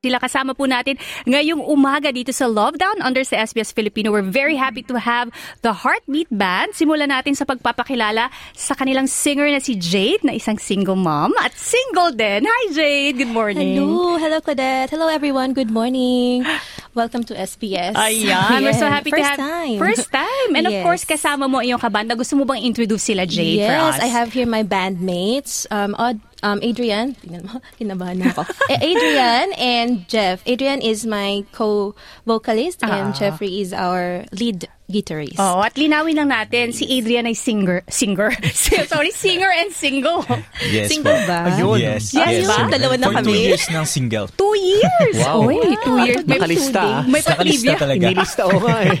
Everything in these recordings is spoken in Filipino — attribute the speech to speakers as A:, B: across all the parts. A: Sila kasama po natin ngayong umaga dito sa Love Down under sa SBS Filipino. We're very happy to have the Heartbeat Band. Simulan natin sa pagpapakilala sa kanilang singer na si Jade na isang single mom at single din. Hi Jade! Good morning!
B: Hello, hello Claudette. Hello everyone. Good morning. Welcome to SBS.
A: Ayan, we're so
B: Yeah,
A: happy to
B: first
A: have
B: time.
A: first time. And of
B: Yes.
A: course, kasama mo iyong kabanda. Gusto mo bang introduce sila Jade for us?
B: Yes, I have here my bandmates, um, Od, um, Adrian, tingnan mo, kinabahan na ako. Eh, Adrian and Jeff. Adrian is my co-vocalist and Jeffrey is our lead guitarist.
A: Ah. Oh, at linawin lang natin, si Adrian ay singer, singer, sorry, singer and single.
C: Yes
B: Single
C: po.
B: ba?
D: Ayun.
C: Yes.
A: Yes ba?
C: single.
B: Dalawa na
C: For
B: kami.
C: two years ng single.
A: Two years!
D: Wow.
A: Oy, two years. May
D: Nakalista.
A: two days. May
C: Sa kalista
A: patrivia.
C: talaga.
D: Nilista ko nga eh.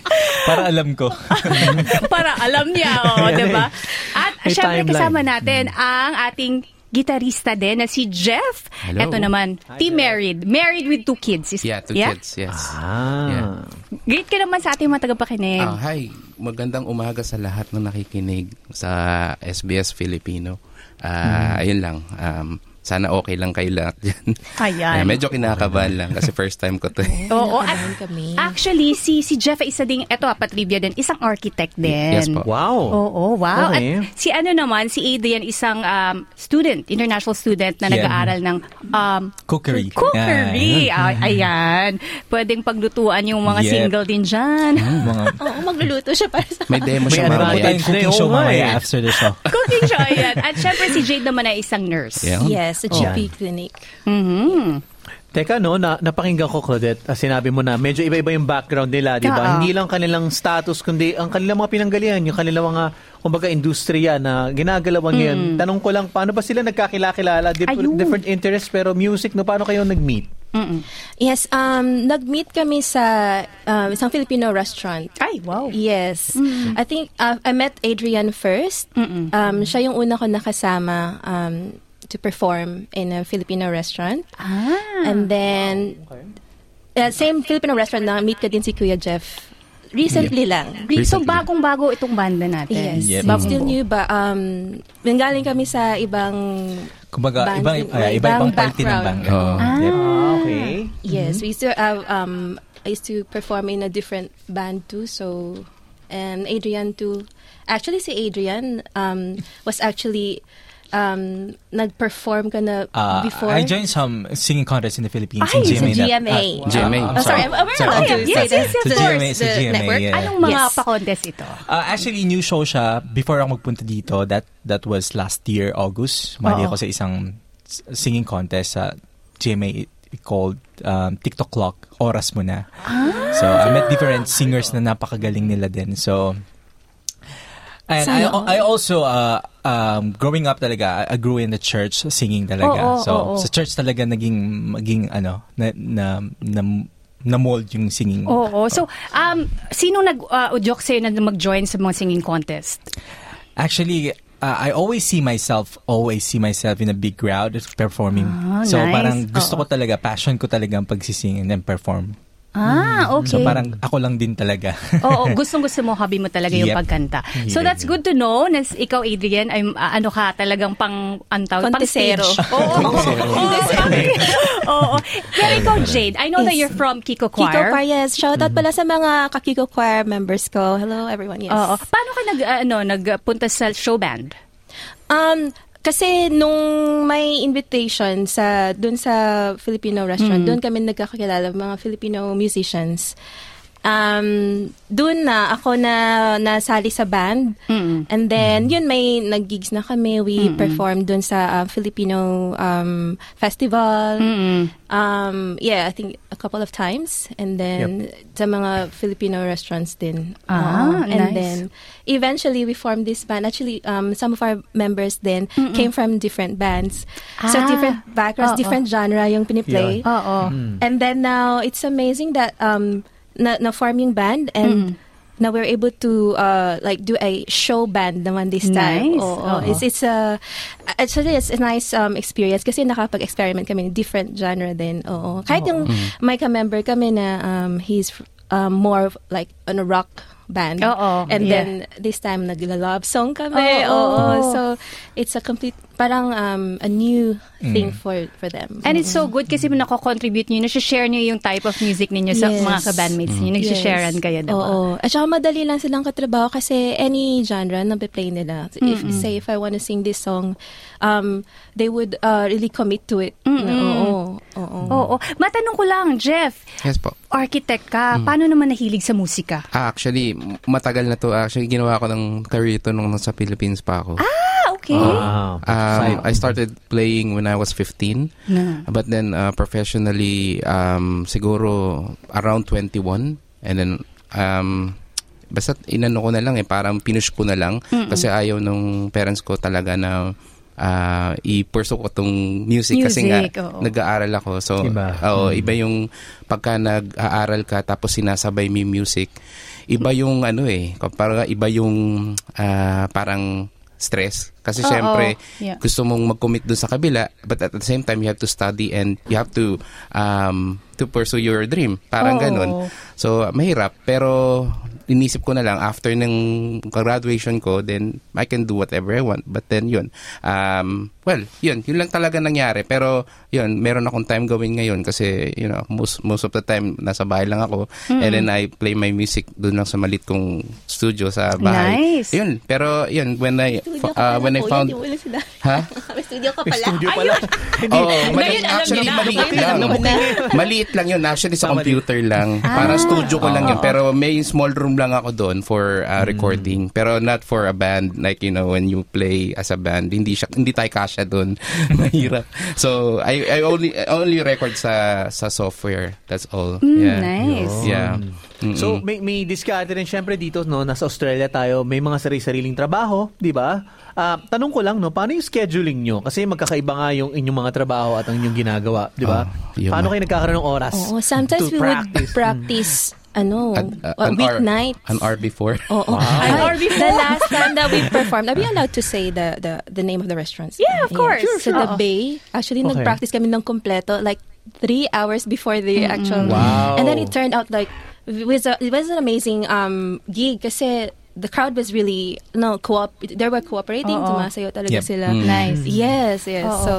C: Para alam ko.
A: Para alam niya, oh, di ba? At
D: May
A: syempre
D: timeline. Hmm.
A: kasama natin ang ating gitarista din na si Jeff.
E: Hello.
A: Ito naman, team married. Married with two kids. Is-
E: Yeah, two kids, yes.
D: Ah.
A: Great ka naman sa ating mga tagapakinig.
E: Ah, hi, magandang umaga sa lahat ng nakikinig sa SBS Filipino. Ah, Ayun lang, um, sana okay lang kayo lahat dyan.
A: Ayan.
E: Ah, medyo kinakabahan lang kasi first time ko to. eh.
A: Oo, at
B: Kinakabahan kami.
A: actually, si, si Jeff ay isa ding, eto ah, patrivia din, isang architect din.
E: Yes po.
D: Wow.
A: Oo, wow.
D: Okay.
A: At si ano naman, si Adrian, isang um, student, international student na
C: Yeah.
A: nag-aaral ng um,
C: Cookery.
A: cookery. Ay, ayan. Pwedeng paglutuan yung mga
C: Yep.
A: single din dyan.
C: Mga,
B: Oo, magluluto siya para sa
E: May demo
D: May
E: siya
D: ano
C: marami
D: ba
E: mamaya.
D: tayo?
C: tayong cooking
D: Oo
C: show
D: nga
C: mamaya
D: eh.
C: after the show.
A: Cooking siya, ayan. At syempre si Jade naman ay isang nurse.
B: Yes,
E: Yeah.
B: a GP clinic.
D: Teka no, na, napakinggan ko Claudette, ah, sinabi mo na medyo iba-iba yung background nila,
A: Oo.
D: di ba? Hindi lang kanilang status, kundi ang kanilang mga pinanggalian, yung kanilang mga, kumbaga, industriya na ginagalawan ngayon. Tanong ko lang, paano ba sila nagkakilakilala? Dif-
A: Ayun.
D: different interests, pero music, no? Paano kayo nag-meet?
B: Yes, um, nag-meet kami sa um, isang Filipino restaurant.
A: Ay, wow.
B: Yes. I think uh, I met Adrian first.
A: Mm.
B: Um, siya yung una ko nakasama um, to perform in a Filipino restaurant.
A: Ah.
B: And then, uh, same Filipino restaurant na meet ko din si Kuya Jeff. Recently lang.
A: Re- So,
E: Recently.
A: bagong-bago itong banda natin.
B: Yes.
C: Yep.
B: It's
A: Mm.
B: Still new ba? Um, nanggaling kami sa ibang...
C: Kumbaga,
B: band-
C: ibang, ah,
B: ibang
C: iba-ibang party ng
B: background.
C: banda.
E: Oo.
C: Yep.
D: Ah, okay.
B: Yes,
C: Mm-hmm.
B: we used to have, um, I used to perform in a different band too. So, and Adrian too. Actually, si Adrian um, was actually um, nag-perform ka na
C: Ah,
B: before.
C: I joined some singing contest in the Philippines.
A: Ay,
C: in
B: sa
C: GMA. na-
B: GMA.
C: ah,
E: GMA.
C: I'm
B: Oh, sorry, I'm aware
C: Sorry.
B: allowed
A: Okay,
B: to
A: yes,
B: say
A: yes, yes,
B: that.
C: Sa
A: of course,
C: GMA, sa
B: the
C: GMA,
B: network.
C: yeah.
A: Anong mga
B: Yes.
A: pa-contest ito?
C: Uh, actually, new show siya before ako magpunta dito. That that was last year, August. Mali
A: Oo.
C: ako sa isang s- singing contest sa GMA called um, TikTok Clock. Oras mo na.
A: Ah.
C: So, I met different singers na napakagaling nila din. So, and I,
B: Sana all.
C: I also, uh, um, growing up talaga, I I grew in the church singing talaga.
A: Oo, oo,
C: so,
A: oo.
C: sa church talaga naging, maging ano, na, na, na, na mold yung singing.
A: Oo. So, um, sino nag-joke sa'yo na mag-join sa mga singing contest?
C: Actually, uh, I always see myself, always see myself in a big crowd performing.
A: Ah,
C: so
A: nice.
C: parang gusto
A: Oo.
C: ko talaga, passion ko talaga ang pagsisingin and perform.
A: Ah, okay.
C: Mm-hmm. So parang ako lang din talaga.
A: Oo, gustong-gusto mo, hobby mo talaga yung
C: Yep.
A: pagkanta. So
C: Yep.
A: that's good to know na s- ikaw, Adrian, ay ah, ano ka talagang pang, ang tawag, pang stage.
B: Contesero.
A: Oo, oo, pang- oo. Pero ikaw, Jade, I know that
B: Yes.
A: you're from Kiko
B: Kiko
A: Choir.
B: Choir, yes. Shout
C: Mm-hmm.
B: out pala sa mga Kakiko Choir members ko. Hello, everyone. Yes.
A: Oo. Paano ka nag, ah, ano, nagpunta sa show band?
B: Um, kasi nung may invitation sa doon sa Filipino restaurant, doon kami nagkakakilala mga Filipino musicians. Um, doon na ako na nasali sa band. And then yun may nag-gigs na kami. We performed doon sa uh, Filipino um, festival. Um, yeah, I think a couple of times and then sa mga Filipino restaurants din.
A: Ah,
B: Oo.
A: nice.
B: and then eventually we formed this band. Actually, um, some of our members then came from different bands. So
A: Ah.
B: different backgrounds,
A: Oo.
B: different genre yung piniplay.
A: Oo.
B: And then now it's amazing that um na, na form yung band and now we're able to uh like do a show band naman this time.
A: Nice. Uh-huh.
B: Oo.
A: Oo.
B: It's it's a actually it's a nice um experience kasi
A: Mm-hmm.
B: nakapag-experiment kami ng different genre din. Oo. Kahit yung may ka-member kami na um he's fr- um, more of like on a rock band.
A: Oo,
B: And
A: yeah.
B: then this time nagla-love song kami.
A: Oo,
B: Oo,
A: oo.
B: So it's a complete parang um, a new thing for for
A: Mm.
B: them.
A: And it's so good kasi nako-contribute niyo, nasi-share niyo yung type of music ninyo sa
B: Yes.
A: mga ka-bandmates niyo. Nagsisharean
B: Yes.
A: kayo, diba?
B: Oo. At saka madali lang silang katrabaho kasi any genre na play nila. So If, say, if I want to sing this song, um, they would uh, really commit to it. Oo. Oo.
E: Oh.
A: Oo. Matanong ko lang, Jeff,
E: Yes po.
A: architect ka, paano naman nahilig sa musika?
E: Ah, actually, m- matagal na to. Actually, ginawa ko ng career to nung nasa Philippines pa ako.
A: Ah, okay.
D: Wow.
E: Um,
D: Five.
E: I started playing when I was 15.
A: Na.
E: But then uh, professionally, um, siguro around 21. And then, um, basta inano ko na lang eh, parang pinush ko na lang. Kasi ayaw nung parents ko talaga na ah, i-pursue ko tong music. kasi nga,
A: Music, oo.
E: nag-aaral ako. So,
D: Iba.
E: oo, iba yung pagka nag-aaral ka tapos sinasabay mo yung music. Iba yung ano eh, parang iba yung ah, parang stress. Kasi
A: Oo,
E: syempre,
A: yeah.
E: gusto mong mag-commit dun sa kabila but at the same time you have to study and you have to um to pursue your dream parang
A: Oo.
E: ganun so mahirap pero inisip ko na lang after ng graduation ko then I can do whatever I want but then yun um well yun yun lang talaga nangyari pero yun meron akong time gawin ngayon kasi you know most most of the time nasa bahay lang ako and then I play my music dun lang sa malit kong studio sa bahay
A: Nice.
E: yun pero yun when I uh, when I found Ha?
B: May studio ka
D: May
B: pala.
D: studio pala. Hindi.
E: Oo,
A: Ngayon,
E: maliit,
A: alam
E: actually,
A: niyo na.
E: maliit
A: Ngayon,
E: lang.
A: alam mo
E: maliit lang yun. Actually, sa
D: Tama
E: computer lang. Parang
A: Ah.
E: studio ko lang yun. Pero may small room lang ako doon for
D: Mm.
E: uh, recording. Pero not for a band. Like, you know, when you play as a band, hindi siya, hindi tayo kasya doon. Mahirap. So, I, I only I only record sa sa software. That's all.
A: Mm,
E: yeah.
A: nice.
E: Yeah.
D: Oh.
E: Mm-mm.
D: So, may, may diskarte rin syempre dito, no? Nasa Australia tayo, may mga sarili-sariling trabaho, di ba? Ah, tanong ko lang, no? Paano yung scheduling nyo? Kasi magkakaiba nga yung inyong mga trabaho at ang inyong ginagawa, di ba?
E: Ah, yun
D: Paano
E: nga.
D: kayo nagkakaroon ng oras?
B: Oo. Sometimes
D: to
B: we
D: practice?
B: would practice Mm-hmm. ano,
E: An- uh,
B: uh,
E: an hour-
B: weeknights.
E: An hour before.
A: Oh,
B: Oo.
A: An hour
B: Ay,
A: before.
B: The last time that we performed, are we allowed to say the the, the name of the restaurants?
A: Yeah, of course. Sure,
B: So
A: sure.
B: the
A: Oo.
B: Bay, actually,
D: Okay.
B: nag-practice kami ng kompleto, like three hours before the actual.
D: Wow.
B: And then it turned out like, it was, a, it was an amazing um, gig kasi the crowd was really, no, co-op, they were cooperating,
A: Oo.
B: tumasayo talaga
C: Yep.
B: sila.
E: Mm.
B: Mm.
A: Nice.
B: Yes, yes.
A: Oo.
B: So,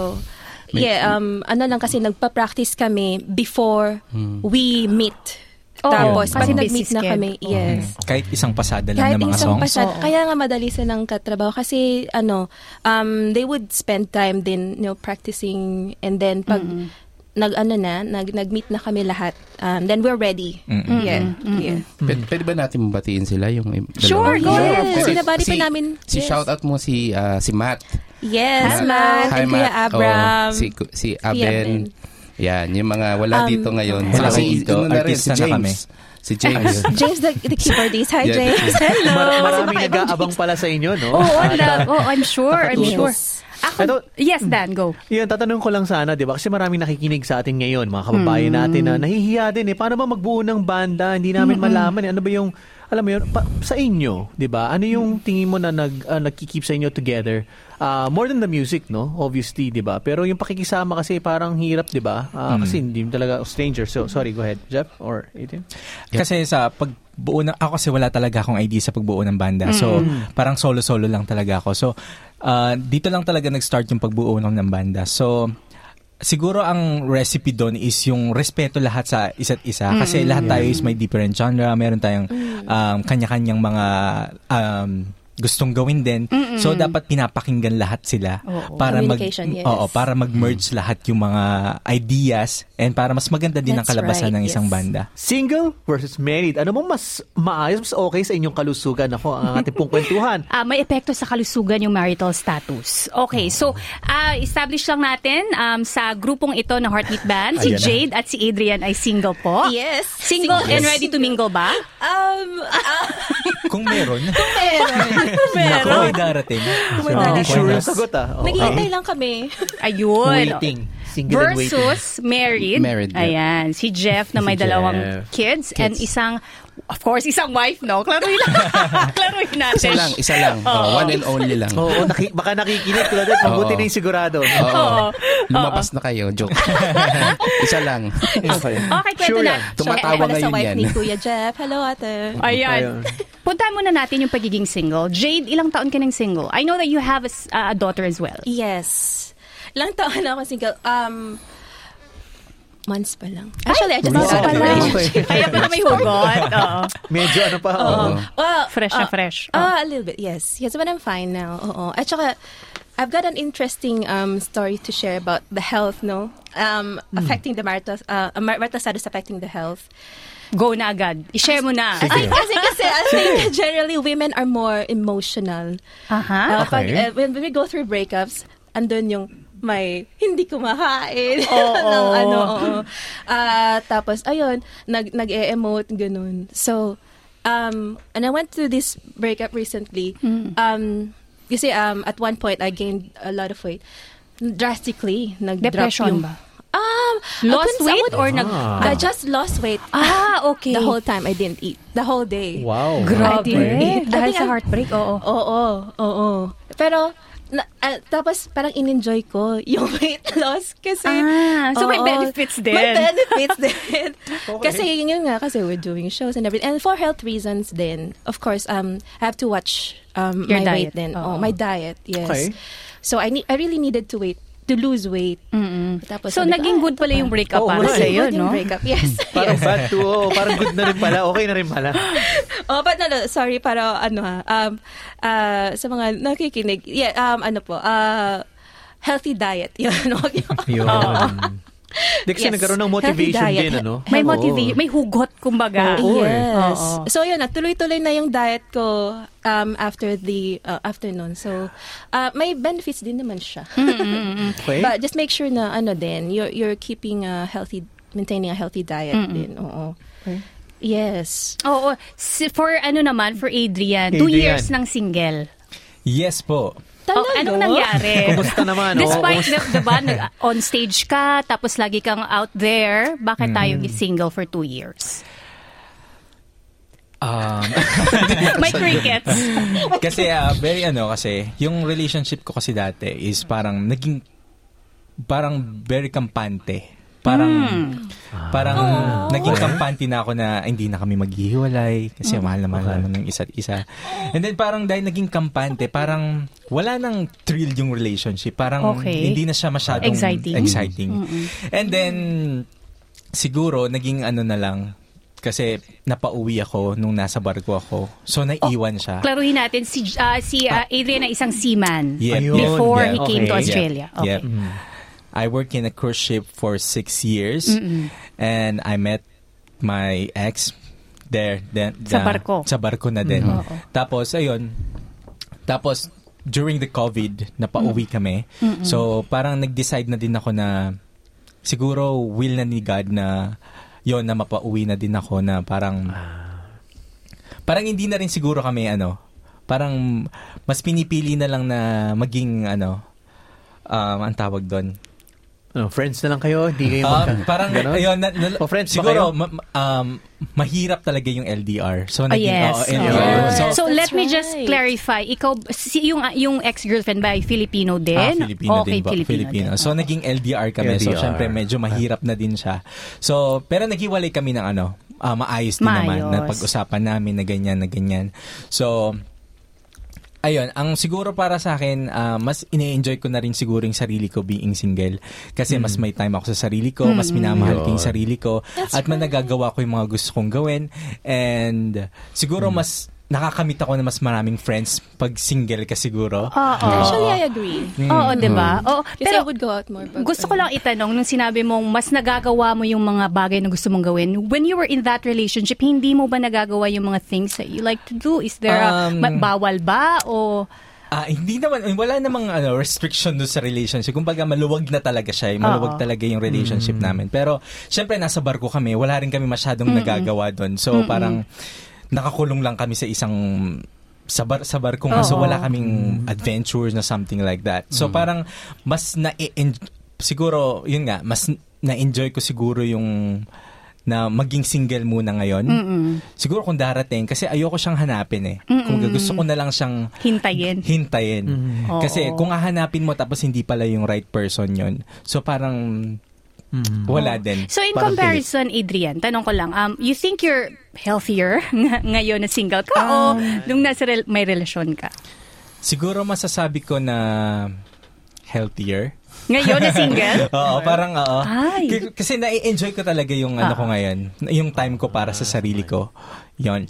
E: May-
B: yeah, um, ano lang kasi nagpa-practice kami before we meet.
A: Oo,
B: Tapos,
A: kasi busy
B: kasi nag-meet na
A: schedule.
B: kami. Yes.
C: Kahit isang pasada lang
B: Kahit
C: ng mga
B: isang
C: songs.
B: pasad-
A: Oo.
B: Kaya nga madali silang katrabaho kasi ano, um, they would spend time din, you know, practicing and then pag nag ano na, nag nag-meet na kami lahat, um, then we're ready.
C: Mm-mm.
B: Yeah. Yeah.
E: Pwede, pwede ba natin mabatiin sila yung yung dalawa?
A: Sure, go
E: Sure,
A: ahead.
E: pwede.
B: Sinabati pa
E: Si-
B: namin.
E: Si
B: Yes.
E: shout out mo si ah, si Matt.
B: Yes,
E: Matt.
B: Matt.
E: Hi,
B: and Kuya
E: Matt.
B: Abram.
E: Oh, si, si Aben. Yan, yung mga wala
B: Um,
E: dito ngayon.
C: Wala
E: Saka
C: kayo dito.
E: ano na rin,
C: Artista na kami.
E: Si James.
B: James the, the keyboardist. Hi,
E: Yeah.
B: James. Hello.
D: Mar- maraming nag-aabang pala sa inyo, no?
A: Oo,
D: At, ah,
A: love. Oh, I'm sure. I'm
B: Yes.
A: sure. Ako,
D: Ito-
A: yes, Dan, go.
D: Yan, tatanong ko lang sana, di ba? Kasi maraming nakikinig sa atin ngayon, mga kababayan natin na nahihiya din eh. Paano ba magbuo ng banda? Hindi namin malaman eh. Ano ba yung, alam mo yun, pa- sa inyo, di ba? Ano yung tingin mo na nag, ah, nagkikip sa inyo together? Ah, more than the music, no? Obviously, di ba? Pero yung pakikisama kasi parang hirap, di ba? Ah, Kasi hindi mo talaga stranger. So, sorry, go ahead, Jeff or Ethan.
C: Kasi sa pagbuo ng ako kasi wala talaga akong idea sa pagbuo ng banda. So
B: Mm-hmm.
C: parang solo-solo lang talaga ako. So ah, dito lang talaga nag-start yung pagbuo ng, ng banda. So siguro ang recipe doon is yung respeto lahat sa isa't isa
B: Mm-hmm.
C: kasi lahat tayo is may different genre, meron tayong um, kanya-kanyang mga um, gustong gawin din. So dapat pinapakinggan lahat sila
A: Oo.
C: para mag
B: Communication, yes. Mm-hmm.
C: Oo, para mag-merge lahat yung mga ideas and para mas maganda din ang
B: That's
C: kalabasan
B: right,
C: ng isang
B: yes.
C: banda.
D: Single versus married. Ano bang mas maayos, mas okay sa inyong kalusugan? Ako, ang ating pong kwentuhan.
A: Ah, may epekto sa kalusugan yung marital status. Okay, so ah, establish lang natin um, sa grupong ito na Heartbeat Band, si
D: Ayan na.
A: Jade at si Adrian ay single po.
B: Yes.
A: Single and ready to mingle ba?
B: Um,
E: Ah.
C: Kung meron.
B: meron.
C: Ako may darating.
B: may
C: So,
D: Hindi
B: darating.
D: sure
C: why
D: yung
C: not?
D: sagot ah. Oo.
B: Naghihintay lang kami.
A: Ayun.
D: Waiting. Single and waiting.
A: Versus married.
E: Married, yeah.
A: Ayan, si Jeff na may
D: Si
A: dalawang
D: Jeff.
A: kids, and isang Of course, isang wife, no? Klaruin na. Klaruin natin.
E: Isa lang, isa lang.
A: Oo.
E: Oh, one and only lang.
D: Oo, naki, baka nakikinig tulad at mabuti
E: Oo.
D: na yung sigurado.
A: Oo.
E: Lumabas na kayo, joke. Isa lang.
D: Okay.
A: Okay, kwento
D: Sure
A: na.
D: yan.
E: Tumatawa
B: Kaya pala sa
E: ngayon
B: wife
E: yan.
B: ni Kuya Jeff. Hello, ate.
A: Ayan.
D: Ayun.
A: Puntahan muna natin yung pagiging single. Jade, ilang taon ka ng single? I know that you have a, s- a daughter as well.
B: Yes. Ilang taon na ako single? Um, months pa lang. Actually, I just
A: Bago
B: got
A: pa
B: out of
A: lang.
B: relationship.
A: Kaya pala may hugot. Oo.
D: Medyo ano pa.
B: Oo.
D: oo.
B: Well,
A: Fresh na fresh. Oh.
B: Uh, a little bit, yes. Yes, but I'm fine now. Oo. At saka, I've got an interesting um, story to share about the health, no? Um,
A: Mm.
B: affecting the marital, uh, marital status affecting the health.
A: Go na agad. I-share mo na. ah,
B: Kasi, kasi, kasi I think generally women are more emotional.
A: Aha.
B: Uh, pag-
D: Okay.
B: uh, when, when we go through breakups, andun yung may hindi kumakain.
A: Oo.
B: ng ano, oo. Ah, tapos, ayun, nag, nag-e-emote, ganun. So, um, and I went through this breakup recently.
A: Hmm.
B: Um, kasi um, at one point, I gained a lot of weight. Drastically, nag-drop
A: Depression
B: yung-
A: ba?
B: Um, I
A: Lost
B: couldn't- I
A: weight
B: would-
A: or nag...
B: I just lost weight.
A: Ah, okay.
B: The whole time, I didn't eat. The whole day.
D: Wow.
A: Grabe.
B: I think
A: Dahil sa
B: I'm-
A: heartbreak, oo.
B: Oo, oo. Pero, na, ah, tapos parang in-enjoy ko yung weight loss kasi...
A: Ah, so may
B: Oo.
A: benefits din.
B: May benefits din. Kasi yun, yun nga, kasi we're doing shows and everything. And for health reasons din, of course, um, I have to watch um,
A: Your
B: my
A: diet.
B: weight then.
A: Oo.
B: Oh, my diet, yes.
D: Okay.
B: So I need, I really needed to wait to lose weight. Tapos
A: So,
B: sabi ko,
A: naging
B: ah,
A: good
B: ito
A: pala
B: pa.
A: yung breakup
D: Oo,
A: para
D: wala eh.
A: sa'yo,
B: Good yung
A: no?
B: breakup, yes.
D: Parang bad to, oo. parang good na rin pala. Okay na rin pala.
B: Oh, but no, no, sorry, para ano ha, um, ah, sa mga nakikinig, yeah, um, ano po, ah, healthy diet, yun, wag yun.
D: Yun. Hindi kasi
B: Yes.
D: nagkaroon ng motivation
B: Healthy diet.
D: din, ano?
A: May
D: Oo.
A: motivation, may hugot, kumbaga.
D: Oo.
B: Yes.
A: Ah, Oo.
B: So yun, natuloy-tuloy na yung diet ko um, after the uh, afternoon. So uh, may benefits din naman siya.
A: Mm,
D: Okay.
B: But just make sure na ano din, you're you're keeping a healthy maintaining a healthy diet
A: Mm,
B: din. Oo. Yes.
A: Oo. Si- For ano naman, for Adrian, two
D: Adrian.
A: years ng single.
C: Yes po.
A: Oh,
B: Talaga?
A: anong nangyari?
D: Kumusta naman? Oo,
A: Despite the, diba, nag- on stage ka, tapos lagi kang out there, bakit
D: Mm.
A: tayo single for two years?
C: Um,
A: May crickets.
C: kasi ah, very ano kasi yung relationship ko kasi dati is parang naging parang very kampante.
A: Hmm.
C: Parang parang
A: Ah.
C: naging kampante na ako na "Ay, hindi na kami maghihiwalay kasi
A: Hmm.
C: mahal na mahal naman ng isa't isa. And then parang dahil naging kampante, parang wala nang thrill yung relationship. Parang
A: Okay.
C: hindi na siya masyadong
A: Exciting.
C: exciting. And then siguro naging ano na lang kasi napauwi ako nung nasa barko ako. So naiwan siya.
A: Klaruhin natin, si, ah, si ah, Adrian ay isang seaman
C: Yeah. Ayun.
A: before he
C: Yeah.
A: came to
D: Okay.
A: Australia.
C: Yeah.
A: Okay.
C: Yeah. I worked in a cruise ship for six years, and I met my ex there. Then
A: Sa
C: the-
A: barko. Mm-hmm.
C: Sa barko na din.
A: Oo.
C: Tapos ayun. Tapos during the COVID, napauwi
A: Mm-hmm.
C: kami. So parang nag-decide na din ako na siguro will na ni God na yon na mapauwi na din ako na parang parang hindi na rin siguro kami ano parang mas pinipili na lang na maging ano um, ang tawag doon
D: Ano, friends na lang kayo, hindi kayo
C: Ah,
D: magka-
C: parang
D: Ganon?
C: ayun na, na-
D: O friends ba
C: siguro
D: kayo?
C: ma- ma- um, mahirap talaga yung LDR
A: Ah,
C: so Oh, naging
A: yes.
C: oo,
A: Oo.
C: LDR.
B: Yes.
C: so
A: So, let
B: That's
A: me just
B: right.
A: clarify. Ikaw, si, yung, ah, yung ex-girlfriend ba ay Filipino din?
C: Ah, Filipino
A: okay,
C: din ba?
A: Filipino, din.
C: So, ano naging LDR kami. So,
D: LDR.
C: syempre, medyo mahirap na din siya. So, pero naghiwalay kami ng ano, ah, maayos din naman.
A: Maayos.
C: Na pag-usapan namin na ganyan, na ganyan. So, ayun, ang siguro para sa akin, ah, mas ine-enjoy ko na rin siguro yung sarili ko being single. Kasi mas may time ako sa sarili ko, mas
A: Hmm.
C: minamahal ko yung sarili ko, at mas nagagawa ko yung mga gusto kong gawin. And siguro mas nakakamit ako ng mas maraming friends pag single ka siguro.
A: Oo.
B: Actually, I agree.
A: Oo, di ba?
C: Hmm.
A: Oo.
B: Kasi I
A: Pero
B: would go out more. ano. pag-
A: gusto ko lang itanong, nung sinabi mong mas nagagawa mo yung mga bagay na gusto mong gawin, when you were in that relationship, hindi mo ba nagagawa yung mga things that you like to do? Is there a,
C: Um,
A: ma- bawal ba? O,
C: Ah, hindi naman wala namang ano restriction do sa relationship. Kumbaga maluwag na talaga siya, eh.
A: Oo.
C: maluwag
A: Mm.
C: talaga yung relationship namin. Pero syempre nasa barko kami, wala rin kami masyadong nagagawa doon. So parang nakakulong lang kami sa isang sa bar sa barko nga. so
A: Oo. Mm.
C: wala kaming adventures na something like that. So parang mas na siguro yun nga, mas na-enjoy ko siguro yung na maging single muna ngayon.
A: Mm.
C: Siguro kung darating, kasi ayoko siyang hanapin eh. Kung gusto ko na lang siyang
A: Hintayin.
C: hintayin.
A: Oo.
C: Kasi kung hahanapin mo tapos hindi pala yung right person yon so parang wala din.
A: So in
D: Parang
A: comparison, Adrian, tanong ko lang, um, you think you're healthier ng- ngayon na single ka
E: Um,
A: o nung nasa rel- may relasyon ka?
C: Siguro masasabi ko na healthier.
A: Ngayon na single?
C: Oo, parang oo.
A: Ay.
C: K- Kasi nai-enjoy ko talaga yung ano ko ngayon, yung time ko para sa sarili ko. Yon.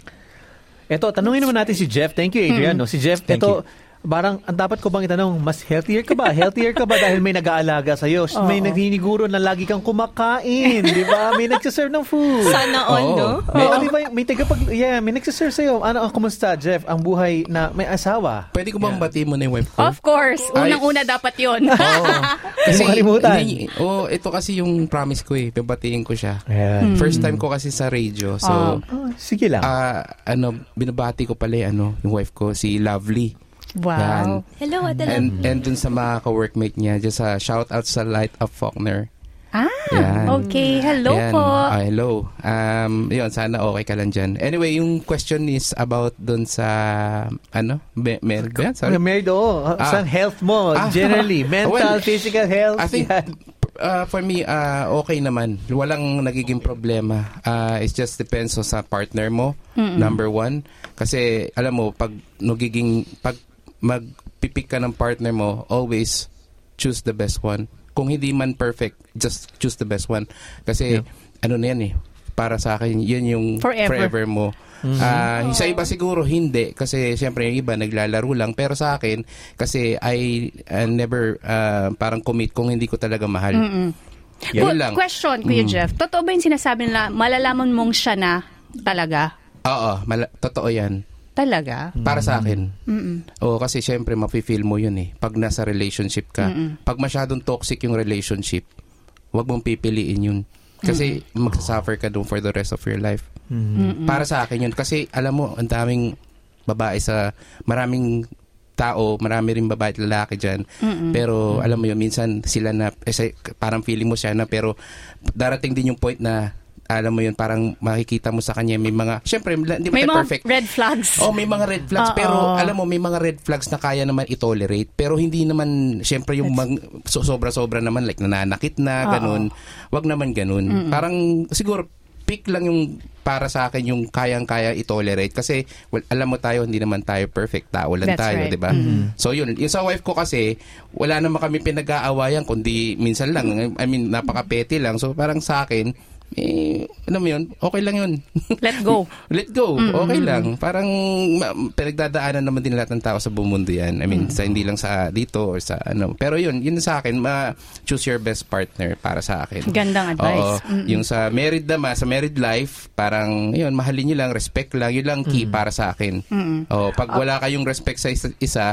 D: Eto, tanungin naman natin si Jeff. Thank you, Adrian.
B: Hmm.
D: No? Si Jeff,
C: Thank
D: eto, parang ang dapat ko bang itanong, mas healthier ka ba? Healthier ka ba dahil may nag-aalaga sa'yo? May nagniniguro na lagi kang kumakain, di ba? May nagsiserve ng food.
B: Sana all, no?
D: Oh.
E: Oo.
D: May, di ba, may tagapag, yeah, may nagsiserve sa'yo. Ano, ah, kumusta, Jeff? Ang buhay na may asawa.
E: Pwede ko bang bati mo na yung wife ko?
A: Of course,
E: Oh. Ay. Oh.
A: unang-una dapat yon.
D: Hindi mo kalimutan.
E: hindi- Oo, ito kasi yung promise ko eh. Babatiin ko siya.
D: Ayan.
E: First time ko kasi sa radio. So,
A: Ah.
D: Oh, sige lang.
E: ah, ano, binabati ko pala yung, ano, yung wife ko, si Lovely. Yan.
A: wow.
B: Hello, Adela.
E: And, and dun sa mga ka-workmate niya, just a shout out sa Light of Faulkner.
A: Ah,
E: Yan.
A: okay. Hello
E: Ayan.
A: po.
E: Ah, hello. Um, yun, sana okay ka lang dyan. Anyway, yung question is about dun sa, ano, me- mer- ba yan? Sorry.
D: Sorry. Married, oo.
E: Ah.
D: Sa health mo,
E: Ah.
D: generally. Mental,
E: Well,
D: physical health.
E: I think,
D: yan.
E: uh, for me, uh, okay naman. Walang nagiging problema. Uh, it just depends on sa partner mo, number one. Kasi, alam mo, pag nagiging, pag magpipick ka ng partner mo, always choose the best one. Kung hindi man perfect, just choose the best one. Kasi, ano na yan eh, para sa akin, yun yung
A: Forever.
E: mo. Ah, sa iba siguro hindi kasi siyempre yung iba naglalaro lang pero sa akin kasi I, uh, never ah, parang commit kung hindi ko talaga mahal. Yun
A: Ku-
E: lang. Mm.
A: Question, Kuya Jeff. Totoo ba yung sinasabi nila, malalaman mong siya na talaga?
E: Oo, mala- totoo 'yan.
A: Talaga?
E: Para sa akin. Oo, kasi siyempre mafe-feel mo 'yun eh pag nasa relationship ka. Pag masyadong toxic yung relationship, 'wag mong pipiliin 'yun. Kasi magsasuffer ka doon for the rest of your life. Para sa akin 'yun kasi alam mo ang daming babae sa maraming tao, marami rin babae at lalaki dyan. Pero alam mo yun, minsan sila na, eh, say- parang feeling mo siya na, pero darating din yung point na, alam mo yun, parang makikita mo sa kanya, may mga, syempre, hindi mo
A: May mga
E: perfect.
A: red flags. Ah,
E: Oh, may mga red flags
A: Oo.
E: pero alam mo may mga red flags na kaya naman i-tolerate pero hindi naman syempre yung mang, so, sobra-sobra naman like nananakit na
A: Oo.
E: ganun.
A: ah.
E: Wag naman ganun. Parang siguro pick lang yung para sa akin yung kayang-kaya i-tolerate kasi well, alam mo tayo hindi naman tayo perfect tao lang
A: That's right.
E: tayo,
A: Mm-hmm.
E: 'di ba? So yun, yung sa wife ko kasi wala naman kami pinag-aawayan kundi minsan lang I mean napaka-petty lang. So parang sa akin eh, alam mo yun, okay lang yun.
A: Let go. Mm-hmm.
E: Let go. Okay lang. Parang ma- pinagdadaanan naman din lahat ng tao sa buong mundo yan. I mean,
A: Mm-hmm.
E: sa hindi lang sa dito or sa ano. Pero yun, yun sa akin, ma choose your best partner para sa akin.
A: Gandang advice.
E: Oo.
A: Mm-mm.
E: Yung sa married naman, sa married life, parang yun, mahalin nyo lang, respect lang. Yun lang key para sa akin. Oo, pag
A: Ah.
E: wala kayong respect sa isa, isa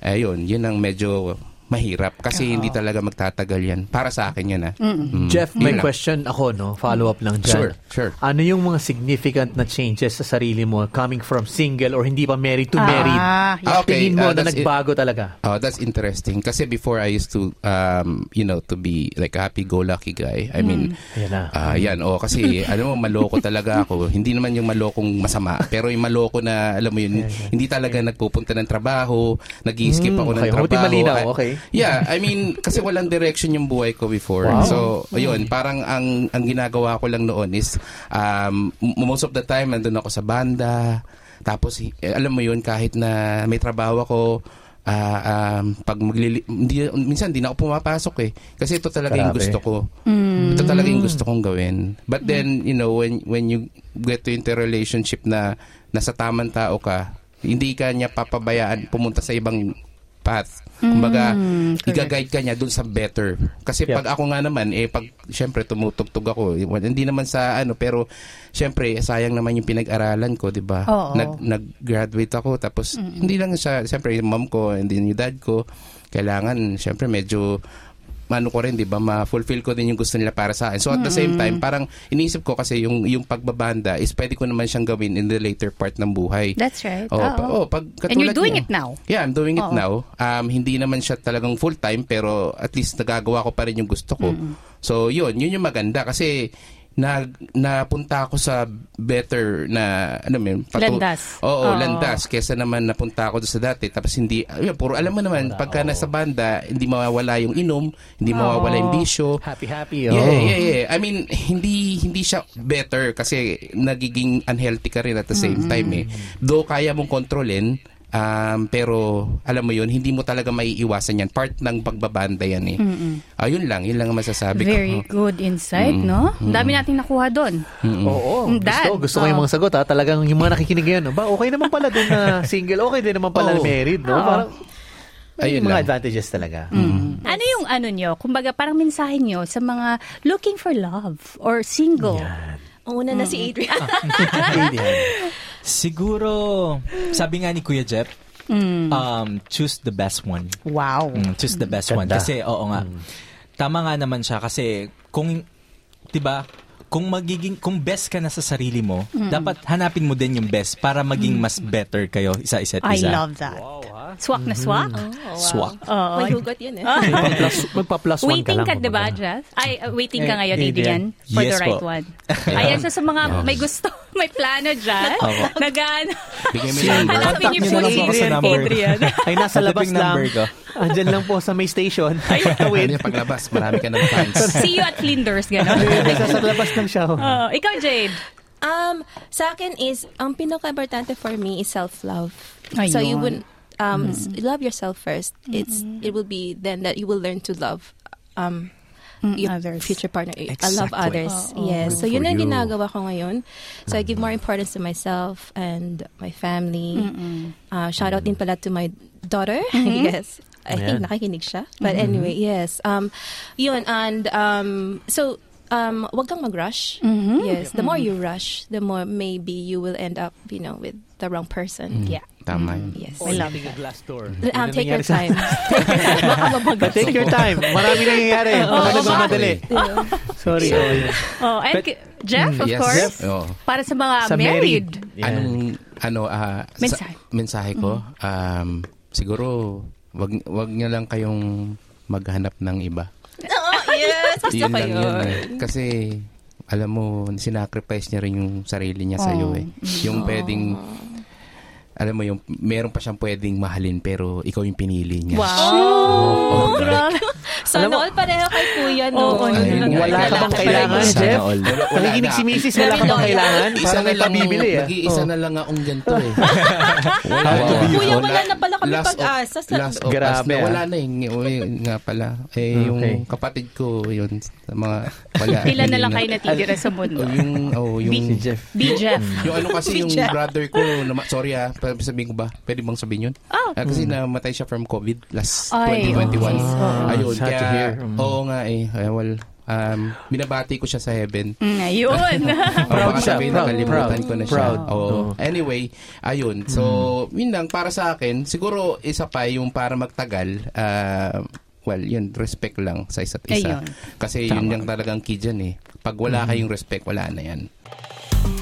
E: eh, yun, yun ang medyo mahirap
A: Ah,
E: kasi hindi talaga magtatagal yan. Para sa akin yun ah. Mm.
D: Jeff,
E: Yun
D: may
E: lang.
D: question ako, no? Follow-up lang dyan.
E: Sure, sure.
D: Ano yung mga significant na changes sa sarili mo coming from single or hindi pa married to
A: Ah,
D: married?
E: yeah.
D: Ang Tingin
E: Okay,
D: mo
E: ah,
D: na
E: that's it.
D: nagbago talaga.
E: Oh, that's interesting. Kasi before I used to, um, you know, to be like a happy-go-lucky guy. I mean,
D: Ayan na.
E: ah, yan. Oh, kasi alam mo, maloko talaga ako. Hindi naman yung malokong masama. Pero yung maloko na, alam mo yun, hindi talaga nagpupunta ng trabaho, nag skip
D: Hmm,
E: ako ng
D: okay.
E: trabaho.
D: Buti malinaw,
E: Ah,
D: okay.
E: Yeah, I mean, kasi walang direction yung buhay ko before.
D: Wow.
E: So, yun, parang ang ang ginagawa ko lang noon is um, m- most of the time nandun ako sa banda. Tapos eh, alam mo yun kahit na may trabaho ako ah, um, pag maglili- hindi, minsan hindi na ako pumapasok eh kasi ito talaga yung
D: Grabe.
E: gusto ko.
A: Mm.
E: Ito talaga yung gusto kong gawin. But then, you know, when when you get to into a relationship na nasa tamang tao ka, hindi ka niya papabayaan pumunta sa ibang path. Kumbaga, i-guide ka niya dun sa better. Kasi
D: Yeah.
E: pag ako nga naman, eh, pag, syempre, tumutugtog ako. eh, well, hindi naman sa ano, pero, syempre, eh, sayang naman yung pinag-aralan ko, di ba?
A: Oo.
E: Nag, nag-graduate ako, tapos, hindi lang siya, syempre, yung mom ko, and then yung dad ko, kailangan, syempre, medyo, ano ko rin, di ba, ma-fulfill ko din yung gusto nila para sa akin. So, at the same time, parang iniisip ko kasi yung, yung pagbabanda is pwede ko naman siyang gawin in the later part ng buhay.
A: That's right.
E: Oh,
A: Oo.
E: pa- oh, pag
A: And you're
E: katulad
A: doing
E: niya.
A: it now.
E: Yeah, I'm doing it
A: Oo.
E: now. Um, hindi naman siya talagang full-time pero at least nagagawa ko pa rin yung gusto ko. So, yun. Yun yung maganda kasi na napunta ako sa better na ano mo yun,
A: Landas.
E: Oo,
A: Oo.
E: landas kesa naman napunta ako doon sa dati tapos hindi yun, puro alam mo naman pagka nasa banda hindi mawawala yung inom, hindi mawawala yung bisyo.
D: Happy, happy. Oh.
E: Yeah, yeah, yeah. I mean, hindi hindi siya better kasi nagiging unhealthy ka rin at the same time eh. Though kaya mong kontrolin, um, pero alam mo yun, hindi mo talaga maiiwasan yan. Part ng pagbabanda yan eh. Ayun lang, yun lang ang masasabi
A: Very
E: ko. "Oh."
A: good insight, no? Ang dami nating nakuha doon.
D: Oo,
A: Mm,
D: gusto,
A: dad.
D: gusto ko yung
A: Oo.
D: mga sagot ha. Talagang yung mga nakikinig ngayon, ba, okay naman pala dun na single, okay din naman pala
E: Oo.
D: married, no? Parang, may
E: Ayun
D: mga
E: lang.
D: advantages talaga. Mm.
A: Ano yung ano nyo? Kumbaga, parang mensahe nyo sa mga looking for love or single.
B: Ang una na si Adrian.
D: Ayun yan.
C: Siguro, sabi nga ni Kuya Jeff, um, choose the best one.
A: Wow.
C: Mm, choose the best one.
D: Ganda.
C: Kasi, oo nga. Tama nga naman siya. Kasi, kung, di ba, kung magiging, kung best ka na sa sarili mo,
A: Mm.
C: dapat hanapin mo din yung best para maging mas better kayo isa-isa't
A: I
C: isa.
A: love that. Swak na swak. Ah.
C: Swak.
A: Oo.
B: May hugot yun eh.
D: Magpa-plus, magpa-plus one
A: waiting
D: ka
A: ka,
D: lang.
A: di ba,
D: kumbaga.
A: Jeff? Ay, uh, waiting ka
C: Eh,
A: ngayon,
C: eh,
A: Adrian,
C: Adrian.
A: for the
C: Yes
A: right
C: po.
A: one. Ayan, so sa mga may gusto, may plano dyan, nagaan,
E: Oh, Bigyan mo
C: Sige.
E: ng number.
A: hanapin
C: Contact
A: niyo
C: nyo
A: po
C: Diba? na lang
A: si
C: po ako sa number.
A: Adrian.
D: Ay, nasa
C: Ito
D: labas
C: yung
D: lang.
C: number ko.
D: Andyan lang po sa may station. Ay,
E: Ano
D: tawid.
E: yung paglabas, marami ka ng fans.
A: See you at Flinders, gano'n.
D: Nasa labas lang siya. oh.
A: Oo, ikaw, Jade.
B: Um, sa akin is, ang pinaka-importante for me is self-love. So
A: Ayun.
B: you would um, s- love yourself first. It's It will be then that you will learn to love um, your
A: others.
B: future partner. I- I love
C: Exactly.
B: others.
A: Oo.
B: Yes. so
E: Good
B: yun
E: for
B: ang
E: you.
B: ginagawa ko ngayon. So I give more importance to myself and my family. Uh, shout out din pala to my daughter. yes. I think
D: Mm. Mm-hmm. Ayan. Mm-hmm.
B: nakikinig siya. But anyway, yes. Um, yun, and um, so, um, wag kang mag-rush.
D: Mm-hmm.
B: Yes, the more you rush, the more maybe you will end up, you know, with the wrong person.
D: Mm.
A: Yeah.
E: Tama yun.
B: Yes.
A: I love
D: Taking a glass door.
B: L- um,
D: Yun ang
B: take your
D: Ano
B: time.
D: nangyari sa-
B: take your time. Baka mabagal.
D: But take your time. Marami nangyayari. Baka nagmamadali.
B: Yeah.
D: Sorry. oh, yun.
A: Oh, and
D: But-
A: k- Jeff, of
E: Mm, Yes. Oh,
A: course,
E: Oo.
A: para sa mga
D: Sa
A: married.
D: Yeah.
E: Anong ano ah, sa-
A: Mensahe. Mm-hmm.
E: mensahe ko um siguro wag wag niyo lang kayong maghanap ng iba.
B: Oo, yes. Gusto
E: Yun
B: ko
E: lang
B: yun.
E: yun. eh. Kasi alam mo, sinacrifice niya rin yung sarili niya sa
B: Oh.
E: iyo eh. Yung pwedeng alam mo yung meron pa siyang pwedeng mahalin pero ikaw yung pinili niya.
A: Wow! Grabe.
B: Sana
D: Alam mo-
B: all Oh, pareho kay Kuya, no?
A: Oo,
E: Ayun
A: yun.
E: nga,
D: Wala ka bang
E: Kailangan-
D: kailangan,
E: Sana
D: Jeff?
C: all.
E: Wala- wala
D: Nakikinig
E: na.
D: si Mrs. Wala ka bang
B: Wala.
D: kailangan?
E: Isa
D: Parang
E: na
D: may
E: lang,
D: pambibili eh.
E: nag-iisa na lang akong ganito eh. Wala.
C: to be
B: Kuya,
E: Wala.
B: wala na pala kami
E: Last of-
B: pag-asa sa-
E: Last of
D: Grabe,
E: us na.
D: ah. Mm,
E: Wala na eh. Ng- uy, Nga pala. Eh, yung
D: Okay.
E: kapatid ko, yun, sa mga, wala.
A: Ilan na
E: Hindi
A: lang kayo natitira sa mundo?
E: Oh, yung, oh, yung,
D: Si Jeff.
A: Be Jeff.
E: yung ano kasi yung brother ko, na, sorry ah, pa- sabihin ko ba? Pwede bang sabihin yun?
A: Oh.
E: Ah, kasi namatay siya from COVID last
A: Ay,
E: 2021.
A: okay.
D: Ah,
E: Ayun,
D: sad to
E: kaya,
D: hear.
E: oo nga eh. Ay, well, um, binabati ko siya sa heaven.
A: Mm, Ayun.
D: Proud
E: Proud
D: siya,
E: siya.
D: proud,
E: Nakalimutan
D: proud,
E: ko na siya.
D: proud.
E: Oo.
D: Oo. Mm.
E: Anyway, ayun. So, yun lang para sa akin. Siguro, isa pa yung para magtagal. ah, well, yun, respect lang sa isa't isa.
A: Ayun.
E: Kasi yun yung talagang key dyan eh. Pag
D: Mm.
E: wala kayong respect, wala na yan.